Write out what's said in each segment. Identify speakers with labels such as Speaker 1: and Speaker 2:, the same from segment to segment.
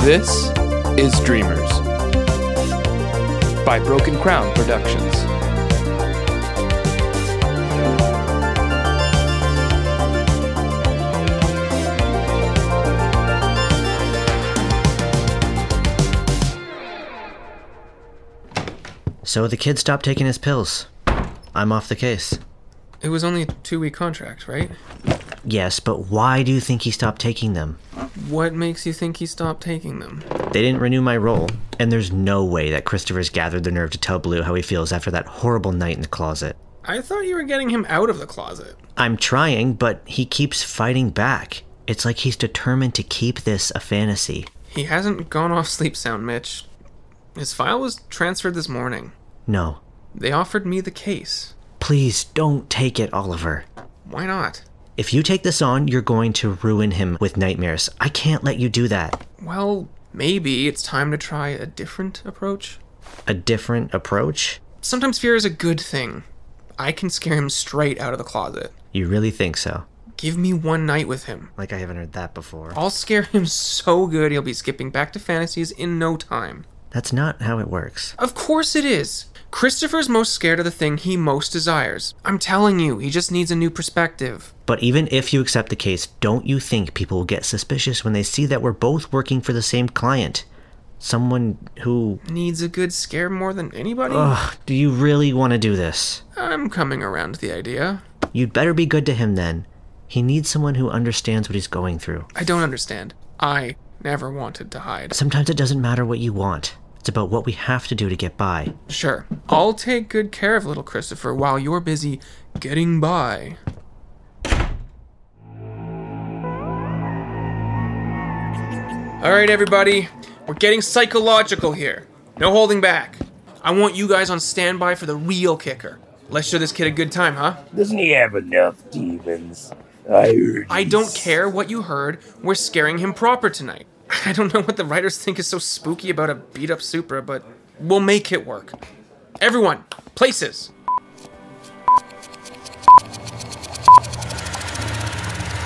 Speaker 1: This is Dreamers by Broken Crown Productions.
Speaker 2: So the kid stopped taking his pills. I'm off the case.
Speaker 3: It was only a two week contract, right?
Speaker 2: Yes, but why do you think he stopped taking them?
Speaker 3: What makes you think he stopped taking them?
Speaker 2: They didn't renew my role, and there's no way that Christopher's gathered the nerve to tell Blue how he feels after that horrible night in the closet.
Speaker 3: I thought you were getting him out of the closet.
Speaker 2: I'm trying, but he keeps fighting back. It's like he's determined to keep this a fantasy.
Speaker 3: He hasn't gone off sleep sound, Mitch. His file was transferred this morning.
Speaker 2: No.
Speaker 3: They offered me the case.
Speaker 2: Please don't take it, Oliver.
Speaker 3: Why not?
Speaker 2: If you take this on, you're going to ruin him with nightmares. I can't let you do that.
Speaker 3: Well, maybe it's time to try a different approach.
Speaker 2: A different approach?
Speaker 3: Sometimes fear is a good thing. I can scare him straight out of the closet.
Speaker 2: You really think so?
Speaker 3: Give me one night with him.
Speaker 2: Like, I haven't heard that before.
Speaker 3: I'll scare him so good he'll be skipping back to fantasies in no time.
Speaker 2: That's not how it works.
Speaker 3: Of course it is. Christopher's most scared of the thing he most desires. I'm telling you, he just needs a new perspective.
Speaker 2: But even if you accept the case, don't you think people will get suspicious when they see that we're both working for the same client? Someone who.
Speaker 3: Needs a good scare more than anybody?
Speaker 2: Ugh, do you really want to do this?
Speaker 3: I'm coming around to the idea.
Speaker 2: You'd better be good to him then. He needs someone who understands what he's going through.
Speaker 3: I don't understand. I never wanted to hide.
Speaker 2: Sometimes it doesn't matter what you want, it's about what we have to do to get by.
Speaker 3: Sure, I'll take good care of little Christopher while you're busy getting by. All right, everybody, we're getting psychological here. No holding back. I want you guys on standby for the real kicker. Let's show this kid a good time, huh?
Speaker 4: Doesn't he have enough demons? I heard.
Speaker 3: I don't care what you heard, we're scaring him proper tonight. I don't know what the writers think is so spooky about a beat up Supra, but we'll make it work. Everyone, places!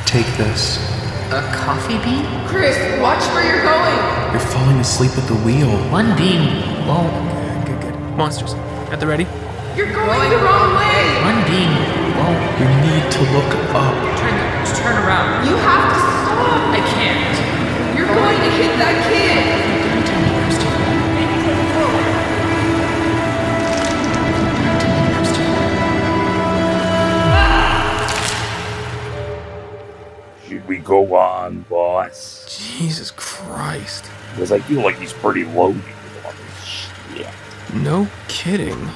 Speaker 5: Take this.
Speaker 6: A coffee bean?
Speaker 7: Chris, watch where you're going.
Speaker 5: You're falling asleep at the wheel.
Speaker 6: One bean won't.
Speaker 3: Good, good. Monsters, at the ready?
Speaker 7: You're going the wrong way.
Speaker 6: One bean won't.
Speaker 5: You need to look up.
Speaker 6: Turn, turn around.
Speaker 7: You have to stop.
Speaker 6: I can't.
Speaker 7: You're going to hit that kid.
Speaker 6: Tell me, Christopher. Tell me, Christopher.
Speaker 4: Should we go on, boss?
Speaker 3: Jesus Christ.
Speaker 4: Because I feel like he's pretty loaded with all this shit.
Speaker 3: No kidding.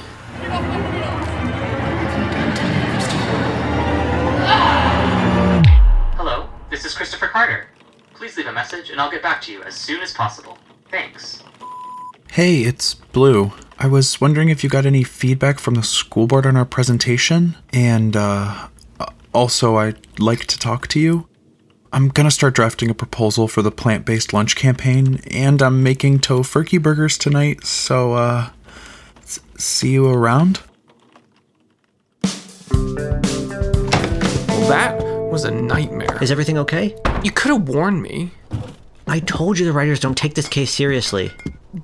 Speaker 8: Hello, this is Christopher Carter. Please leave a message and I'll get back to you as soon as possible. Thanks.
Speaker 5: Hey, it's Blue. I was wondering if you got any feedback from the school board on our presentation, and uh, also I'd like to talk to you. I'm gonna start drafting a proposal for the plant based lunch campaign, and I'm making tofurkey burgers tonight, so uh, s- see you around?
Speaker 3: Well, that was a nightmare.
Speaker 2: Is everything okay?
Speaker 3: You could have warned me.
Speaker 2: I told you the writers don't take this case seriously.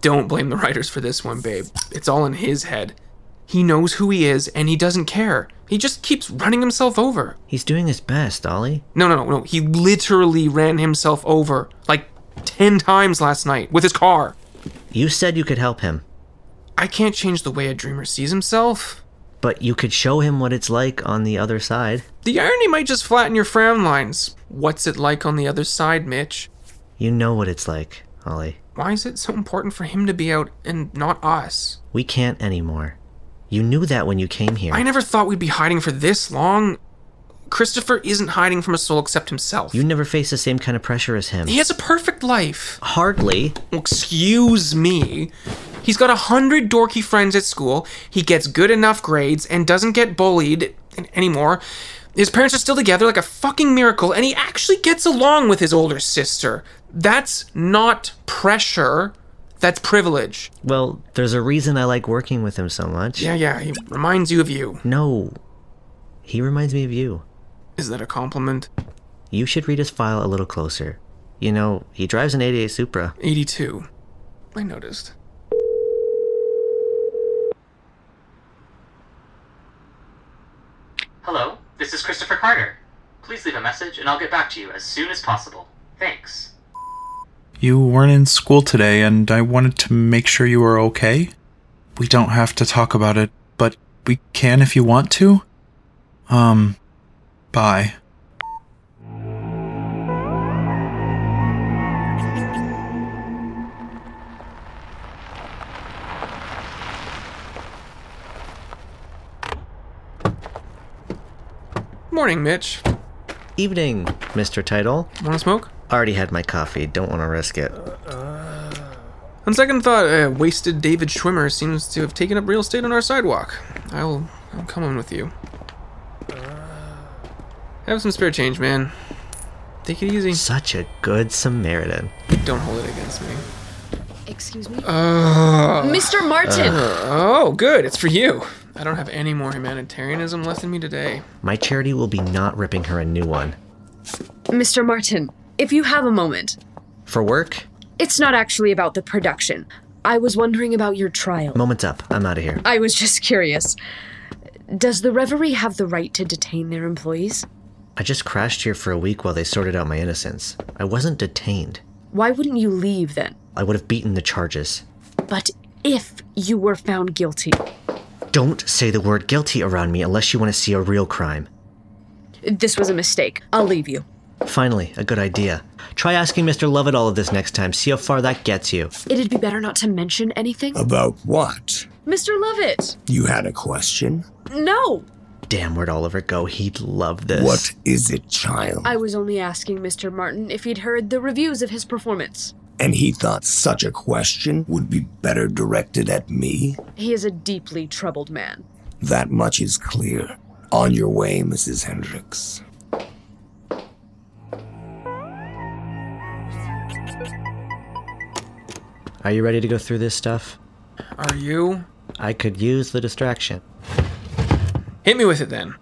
Speaker 3: Don't blame the writers for this one, babe. It's all in his head. He knows who he is and he doesn't care. He just keeps running himself over.
Speaker 2: He's doing his best, Ollie.
Speaker 3: No, no, no, no. He literally ran himself over like 10 times last night with his car.
Speaker 2: You said you could help him,
Speaker 3: I can't change the way a dreamer sees himself.
Speaker 2: but you could show him what it's like on the other side.
Speaker 3: The irony might just flatten your frown lines. What's it like on the other side, Mitch?
Speaker 2: You know what it's like, Ollie.
Speaker 3: Why is it so important for him to be out and not us?
Speaker 2: We can't anymore. You knew that when you came here.
Speaker 3: I never thought we'd be hiding for this long. Christopher isn't hiding from a soul except himself.
Speaker 2: You never face the same kind of pressure as him.
Speaker 3: he has a perfect life.
Speaker 2: Hardly.
Speaker 3: Well, excuse me. He's got a hundred dorky friends at school. He gets good enough grades and doesn't get bullied an- anymore. His parents are still together like a fucking miracle, and he actually gets along with his older sister. That's not pressure. That's privilege.
Speaker 2: Well, there's a reason I like working with him so much.
Speaker 3: Yeah, yeah, he reminds you of you.
Speaker 2: No. He reminds me of you.
Speaker 3: Is that a compliment?
Speaker 2: You should read his file a little closer. You know, he drives an 88 Supra.
Speaker 3: 82. I noticed.
Speaker 8: Hello, this is Christopher Carter. Please leave a message and I'll get back to you as soon as possible. Thanks.
Speaker 5: You weren't in school today, and I wanted to make sure you were okay. We don't have to talk about it, but we can if you want to. Um, bye.
Speaker 3: Morning, Mitch.
Speaker 2: Evening, Mr. Title.
Speaker 3: Wanna smoke?
Speaker 2: Already had my coffee, don't want to risk it.
Speaker 3: On second thought, uh, wasted David Schwimmer seems to have taken up real estate on our sidewalk. I'll, I'm coming with you. Have some spare change, man. Take it easy.
Speaker 2: Such a good Samaritan.
Speaker 3: Don't hold it against me.
Speaker 9: Excuse me? Mr. Martin!
Speaker 3: Oh, good. It's for you. I don't have any more humanitarianism left in me today.
Speaker 2: My charity will be not ripping her a new one.
Speaker 9: Mr. Martin, if you have a moment,
Speaker 2: For work,
Speaker 9: it's not actually about the production. I was wondering about your trial.
Speaker 2: moments up. I'm out of here.
Speaker 9: I was just curious. Does the Reverie have the right to detain their employees?
Speaker 2: I just crashed here for a week while they sorted out my innocence. I wasn't detained.
Speaker 9: Why wouldn't you leave then?
Speaker 2: I would have beaten the charges.
Speaker 9: But if you were found guilty,
Speaker 2: Don't say the word guilty around me unless you want to see a real crime.
Speaker 9: this was a mistake. I'll leave you.
Speaker 2: Finally, a good idea. Try asking Mr. Lovett all of this next time, see how far that gets you.
Speaker 9: It'd be better not to mention anything.
Speaker 10: About what?
Speaker 9: Mr. Lovett!
Speaker 10: You had a question?
Speaker 9: No!
Speaker 2: Damn, where'd Oliver go? He'd love this.
Speaker 10: What is it, child?
Speaker 9: I was only asking Mr. Martin if he'd heard the reviews of his performance.
Speaker 10: and he thought such a question would be better directed at me?
Speaker 9: He is a deeply troubled man.
Speaker 10: That much is clear. On your way, Mrs. Hendricks.
Speaker 2: Are you ready to go through this stuff?
Speaker 3: Are you?
Speaker 2: I could use the distraction.
Speaker 3: Hit me with it then.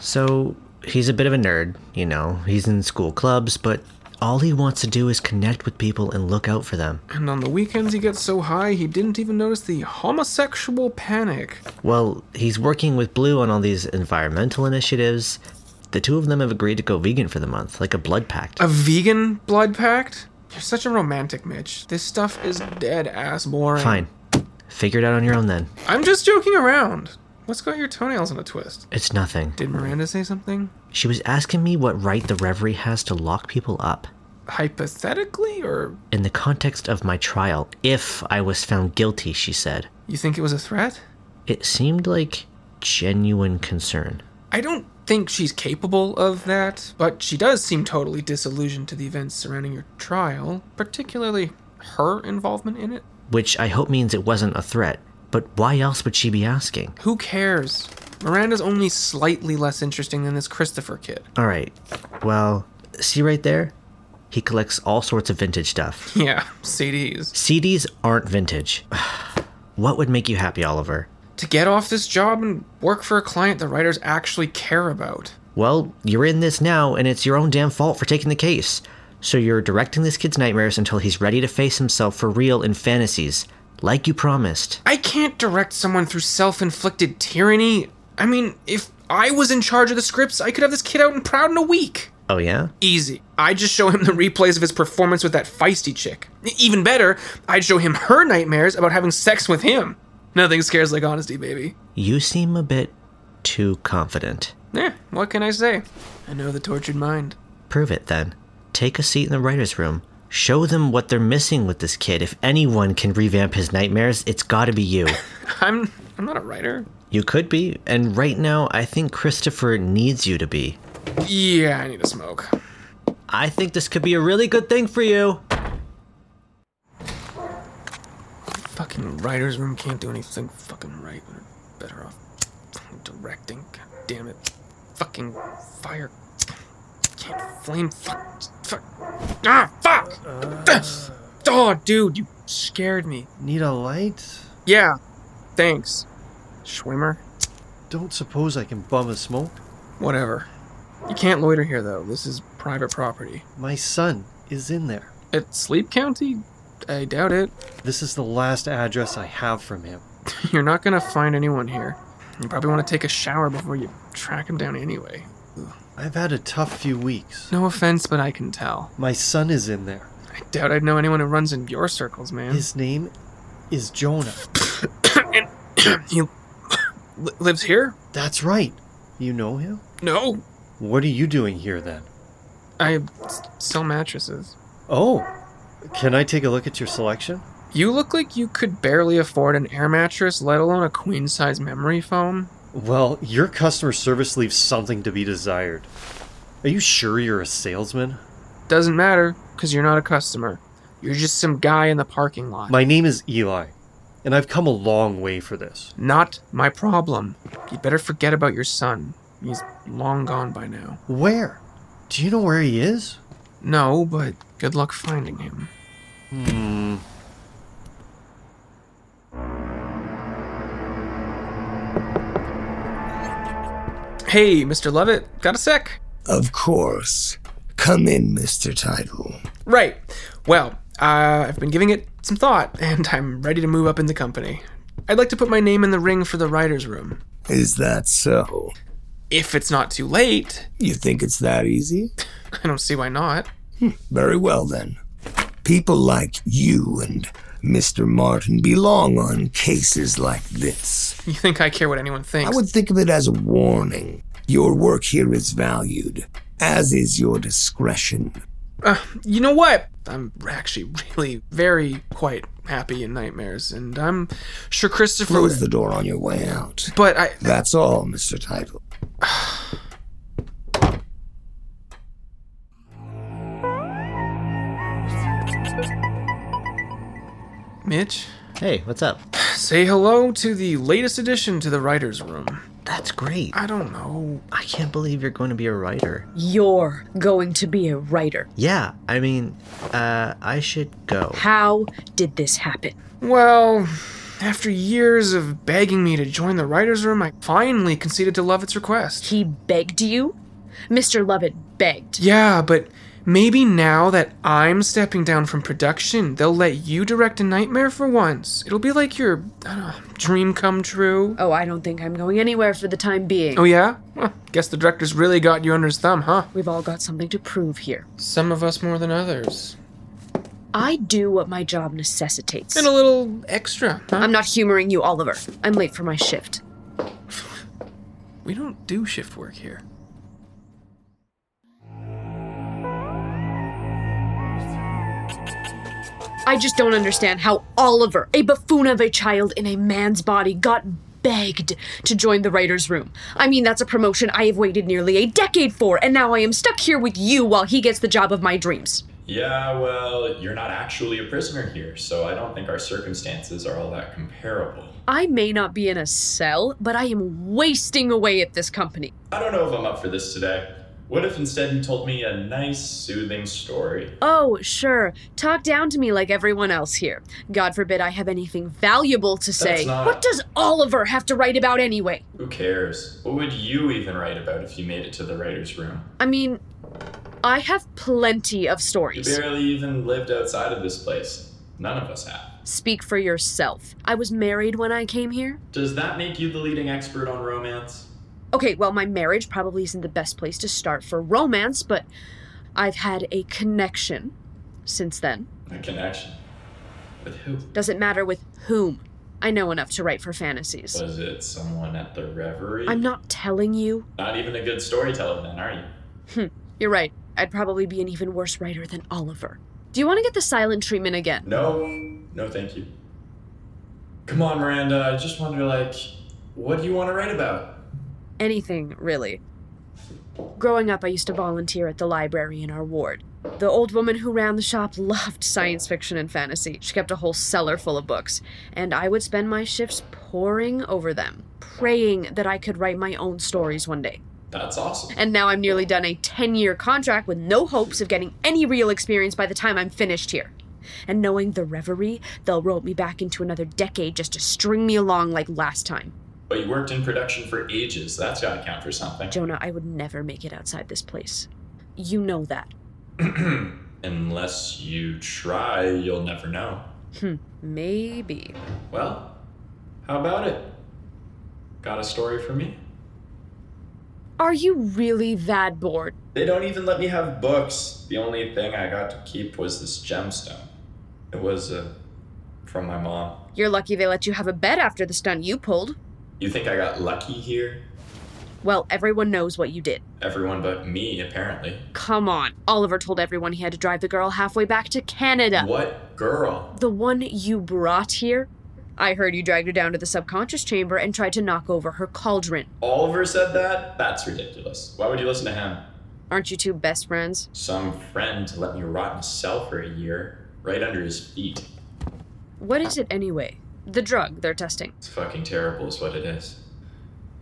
Speaker 2: So, he's a bit of a nerd, you know. He's in school clubs, but all he wants to do is connect with people and look out for them.
Speaker 3: And on the weekends, he gets so high he didn't even notice the homosexual panic.
Speaker 2: Well, he's working with Blue on all these environmental initiatives. The two of them have agreed to go vegan for the month, like a blood pact.
Speaker 3: A vegan blood pact? You're such a romantic, Mitch. This stuff is dead ass boring.
Speaker 2: Fine. Figure it out on your own then.
Speaker 3: I'm just joking around. What's got your toenails in a twist?
Speaker 2: It's nothing.
Speaker 3: Did Miranda say something?
Speaker 2: She was asking me what right the Reverie has to lock people up.
Speaker 3: Hypothetically, or
Speaker 2: In the context of my trial, if I was found guilty, she said.
Speaker 3: you think it was a threat?
Speaker 2: It seemed like genuine concern.
Speaker 3: I don't think she's capable of that, but she does seem totally disillusioned to the events surrounding your trial, particularly her involvement in it.
Speaker 2: Which I hope means it wasn't a threat, but why else would she be asking?
Speaker 3: Who cares? Miranda's only slightly less interesting than this Christopher kid.
Speaker 2: Alright, well, see right there? He collects all sorts of vintage stuff.
Speaker 3: Yeah, CDs.
Speaker 2: CDs aren't vintage. what would make you happy, Oliver?
Speaker 3: to get off this job and work for a client the writers actually care about.
Speaker 2: Well, you're in this now, and it's your own damn fault for taking the case. So you're directing this kid's nightmares until he's ready to face himself for real in fantasies, like you promised.
Speaker 3: I can't direct someone through self inflicted tyranny. I mean, if I was in charge of the scripts, I could have this kid out and proud in a week.
Speaker 2: Oh, yeah?
Speaker 3: Easy. I'd just show him the replays of his performance with that feisty chick. E- Even better, I'd show him her nightmares about having sex with him. Nothing scares like honesty, baby.
Speaker 2: You seem a bit too confident.
Speaker 3: Yeah, what can I say? I know the tortured mind.
Speaker 2: Prove it then. Take a seat in the writer's room. Show them what they're missing with this kid. If anyone can revamp his nightmares, it's gotta be you.
Speaker 3: I'm I'm not a writer.
Speaker 2: You could be, and right now I think Christopher needs you to be.
Speaker 3: Yeah, I need to smoke.
Speaker 2: I think this could be a really good thing for you.
Speaker 3: Fucking writer's room can't do anything fucking right. We're better off fucking directing. God damn it. Fucking fire. Can't flame. Fuck. Fuck. Ah, fuck! oh, dude, you scared me.
Speaker 11: Uh. Need a light?
Speaker 3: Yeah. Thanks. Schwimmer.
Speaker 11: Don't suppose I can bum a smoke?
Speaker 3: Whatever. You can't loiter here, though. This is private property.
Speaker 11: My son is in there.
Speaker 3: At Sleep County? I doubt it.
Speaker 11: This is the last address I have from him.
Speaker 3: You're not gonna find anyone here. You probably want to take a shower before you track him down anyway.
Speaker 11: I've had a tough few weeks.
Speaker 3: No offense, but I can tell.
Speaker 11: My son is in there.
Speaker 3: I doubt I'd know anyone who runs in your circles, man.
Speaker 11: His name is Jonah.
Speaker 3: and he li- lives here?
Speaker 11: That's right. You know him?
Speaker 3: No,
Speaker 11: What are you doing here then?
Speaker 3: I sell mattresses.
Speaker 11: Oh, can I take a look at your selection?
Speaker 3: You look like you could barely afford an air mattress, let alone a queen size memory foam.
Speaker 11: Well, your customer service leaves something to be desired. Are you sure you're a salesman?
Speaker 3: Doesn't matter, because you're not a customer. You're just some guy in the parking lot.
Speaker 11: My name is Eli, and I've come a long way for this.
Speaker 3: Not my problem. You'd better forget about your son. He's long gone by now.
Speaker 11: Where? Do you know where he is?
Speaker 3: No, but good luck finding him.
Speaker 11: Hmm.
Speaker 3: Hey, Mr. Lovett, got a sec?
Speaker 10: Of course. Come in, Mr. Title.
Speaker 3: Right. Well, uh, I've been giving it some thought, and I'm ready to move up in the company. I'd like to put my name in the ring for the writer's room.
Speaker 10: Is that so?
Speaker 3: If it's not too late,
Speaker 10: You think it's that easy?
Speaker 3: I don't see why not.
Speaker 10: Very well, then. People like you and Mr. Martin belong on cases like this.
Speaker 3: You think I care what anyone thinks?
Speaker 10: I would think of it as a warning. Your work here is valued, as is your discretion.
Speaker 3: Uh, you know what? I'm actually really very quite happy in nightmares, and I'm sure Christopher.
Speaker 10: Close the door on your way out.
Speaker 3: But I.
Speaker 10: That's all, Mr. Title.
Speaker 3: Mitch?
Speaker 2: Hey, what's up?
Speaker 3: Say hello to the latest addition to the writer's room.
Speaker 2: That's great.
Speaker 3: I don't know.
Speaker 2: I can't believe you're going to be a writer.
Speaker 9: You're going to be a writer.
Speaker 2: Yeah, I mean, uh, I should go.
Speaker 9: How did this happen?
Speaker 3: Well, after years of begging me to join the writer's room, I finally conceded to Lovett's request.
Speaker 9: He begged you? Mr. Lovett begged.
Speaker 3: Yeah, but maybe now that I'm stepping down from production, they'll let you direct a nightmare for once. It'll be like your I don't know, dream come true.
Speaker 9: Oh, I don't think I'm going anywhere for the time being.
Speaker 3: Oh, yeah? Huh, guess the director's really got you under his thumb, huh?
Speaker 9: We've all got something to prove here.
Speaker 3: Some of us more than others.
Speaker 9: I do what my job necessitates.
Speaker 3: And a little extra, huh?
Speaker 9: I'm not humoring you, Oliver. I'm late for my shift.
Speaker 3: We don't do shift work here.
Speaker 9: I just don't understand how Oliver, a buffoon of a child in a man's body, got begged to join the writer's room. I mean, that's a promotion I have waited nearly a decade for, and now I am stuck here with you while he gets the job of my dreams.
Speaker 12: Yeah, well, you're not actually a prisoner here, so I don't think our circumstances are all that comparable.
Speaker 9: I may not be in a cell, but I am wasting away at this company.
Speaker 12: I don't know if I'm up for this today. What if instead you told me a nice, soothing story?
Speaker 9: Oh, sure. Talk down to me like everyone else here. God forbid I have anything valuable to say.
Speaker 12: not-
Speaker 9: What does Oliver have to write about anyway?
Speaker 12: Who cares? What would you even write about if you made it to the writer's room?
Speaker 9: I mean, I have plenty of
Speaker 12: You
Speaker 9: stories.
Speaker 12: barely even lived outside of this place. None of us have.
Speaker 9: Speak for yourself. I was married when I came here.
Speaker 12: Does that make you the leading expert on romance?
Speaker 9: Okay, well, my marriage probably isn't the best place to start for romance, but I've had a connection since then.
Speaker 12: A connection. With who?
Speaker 9: Doesn't matter with whom. I know enough to write for fantasies.
Speaker 12: Was it someone at the Reverie?
Speaker 9: I'm not telling you.
Speaker 12: Not even a good storyteller, then, are you?
Speaker 9: You're right. I'd probably be an even worse writer than Oliver. Do you want to get the silent treatment again?
Speaker 12: No, no, thank you. Come on, Miranda. I just wonder, like, what do you want to write about?
Speaker 9: Anything, really. Growing up, I used to volunteer at the library in our ward. The old woman who ran the shop loved science fiction and fantasy. She kept a whole cellar full of books, and I would spend my shifts poring over them, praying that I could write my own stories one day.
Speaker 12: That's awesome.
Speaker 9: And now I'm nearly done a 10 year contract with no hopes of getting any real experience by the time I'm finished here. And knowing the reverie, they'll rope me back into another decade just to string me along like last time.
Speaker 12: But you worked in production for ages. That's got to count for something.
Speaker 9: Jonah, I would never make it outside this place. You know that.
Speaker 12: Unless you try, you'll never know.
Speaker 9: Hmm, maybe.
Speaker 12: Well, how about it? Got a story for me?
Speaker 9: Are you really that bored?
Speaker 12: They don't even let me have books. The only thing I got to keep was this gemstone. It was uh, from my mom.
Speaker 9: You're lucky they let you have a bed after the stunt you pulled.
Speaker 12: You think I got lucky here?
Speaker 9: Well, everyone knows what you did.
Speaker 12: Everyone but me, apparently.
Speaker 9: Come on. Oliver told everyone he had to drive the girl halfway back to Canada.
Speaker 12: What girl?
Speaker 9: The one you brought here? I heard you dragged her down to the subconscious chamber and tried to knock over her cauldron.
Speaker 12: Oliver said that? That's ridiculous. Why would you listen to him?
Speaker 9: Aren't you two best friends?
Speaker 12: Some friend let me rot in a cell for a year, right under his feet.
Speaker 9: What is it anyway? The drug they're testing.
Speaker 12: It's fucking terrible, is what it is.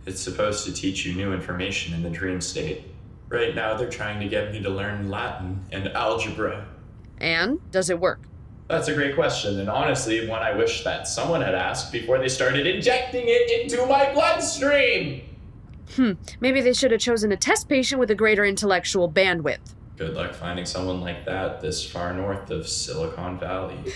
Speaker 12: It's supposed to teach you new information in the dream state. Right now, they're trying to get me to learn Latin and algebra.
Speaker 9: And does it work?
Speaker 12: That's a great question, and honestly, one I wish that someone had asked before they started injecting it into my bloodstream!
Speaker 9: Hmm, maybe they should have chosen a test patient with a greater intellectual bandwidth.
Speaker 12: Good luck finding someone like that this far north of Silicon Valley.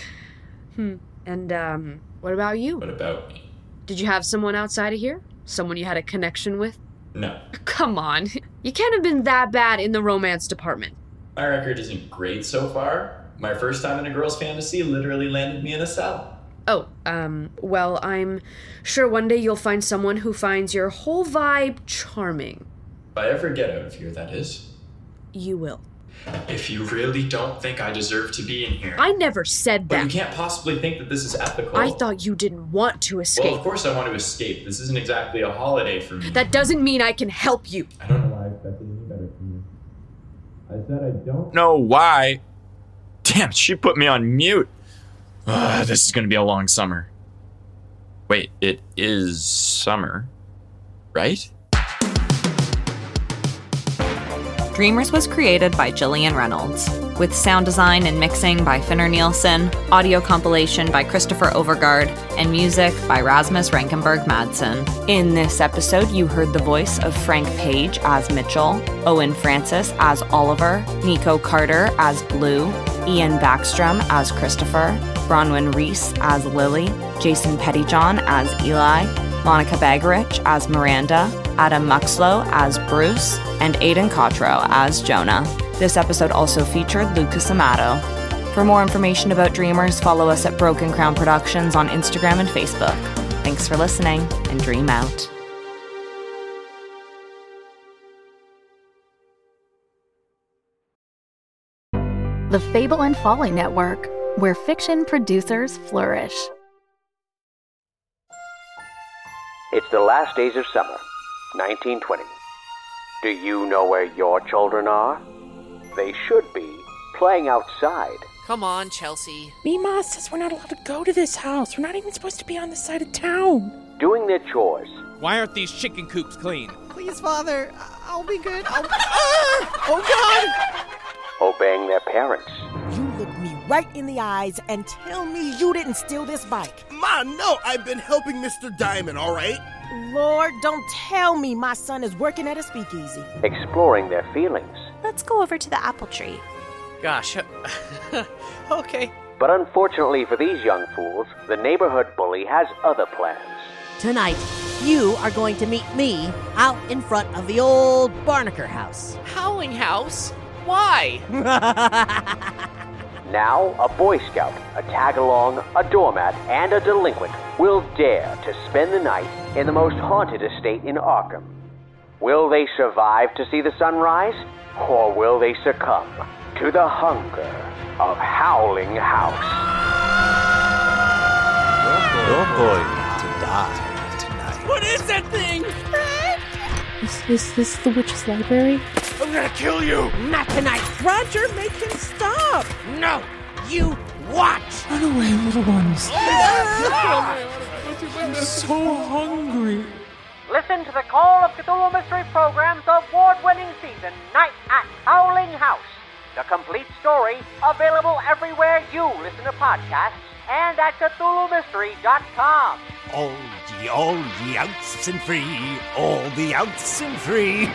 Speaker 9: Hmm, and, um, what about you?
Speaker 12: What about me?
Speaker 9: Did you have someone outside of here? Someone you had a connection with?
Speaker 12: No.
Speaker 9: Come on, you can't have been that bad in the romance department.
Speaker 12: My record isn't great so far, my first time in a girl's fantasy literally landed me in a cell.
Speaker 9: Oh, um, well, I'm sure one day you'll find someone who finds your whole vibe charming.
Speaker 12: If I ever get out of here, that is.
Speaker 9: You will.
Speaker 12: If you really don't think I deserve to be in here.
Speaker 9: I never said
Speaker 12: But
Speaker 9: that.
Speaker 12: you can't possibly think that this is ethical.
Speaker 9: I thought you didn't want to escape.
Speaker 12: Well, of course I want to escape. This isn't exactly a holiday for me.
Speaker 9: That doesn't mean I can help you.
Speaker 12: I don't know why I expected any better from you. I said I don't
Speaker 13: know why. Damn, she put me on mute. Ugh, this is gonna be a long summer. Wait, it is summer, right?
Speaker 14: Dreamers was created by Jillian Reynolds, with sound design and mixing by Finner Nielsen, audio compilation by Christopher Overgard, and music by Rasmus Rankenberg Madsen. In this episode, you heard the voice of Frank Page as Mitchell, Owen Francis as Oliver, Nico Carter as Blue, Ian Backstrom as Christopher, Bronwyn Reese as Lily, Jason Pettyjohn as Eli, Monica Bagarich as Miranda, Adam Muxlow as Bruce, and Aidan Cotro as Jonah. This episode also featured Lucas Amato. For more information about Dreamers, follow us at Broken Crown Productions on Instagram and Facebook. Thanks for listening, and dream out.
Speaker 15: The Fable and Folly Network, where fiction producers flourish.
Speaker 16: It's the last days of summer, 1920. Do you know where your children are? They should be playing outside.
Speaker 17: Come on, Chelsea.
Speaker 18: Mima says we're not allowed to go to this house. We're not even supposed to be on this side of town.
Speaker 16: Doing their chores.
Speaker 19: Why aren't these chicken coops clean?
Speaker 20: Please, Father, I'll be good. I'll... Ah! Oh,
Speaker 16: Obeying their parents.
Speaker 20: God! You look me right in the eyes and tell me you didn't steal this bike.
Speaker 21: Ma, no, I've been helping Mr. Diamond, all right?
Speaker 20: Lord, don't tell me my son is working at a speakeasy.
Speaker 16: Exploring their feelings.
Speaker 20: Let's go over to the apple tree.
Speaker 17: Gosh. okay.
Speaker 16: But unfortunately for these young fools, the neighborhood bully has other plans.
Speaker 22: Tonight, you are going to meet me out in front of the old Barnaker house.
Speaker 17: Howling House? Why?
Speaker 16: Now, a Boy Scout, a tag along, a doormat, and a delinquent will dare to spend the night in the most haunted estate in Arkham. Will they survive to see the sunrise, or will they succumb to the hunger of Howling House?
Speaker 10: You're going to die tonight.
Speaker 17: What is that thing?
Speaker 18: Is, is this the witch's library?
Speaker 20: I'm gonna kill you!
Speaker 23: Not tonight. Roger, make him stop.
Speaker 20: No! You watch!
Speaker 23: Run away, little ones.
Speaker 22: I'm so hungry.
Speaker 18: Listen to the Call of Cthulhu Mystery Program's award winning season, Night at Howling House. The complete story, available everywhere you listen to podcasts and at CthulhuMystery.com.
Speaker 24: All ye, all ye outs and free, all the outs and free.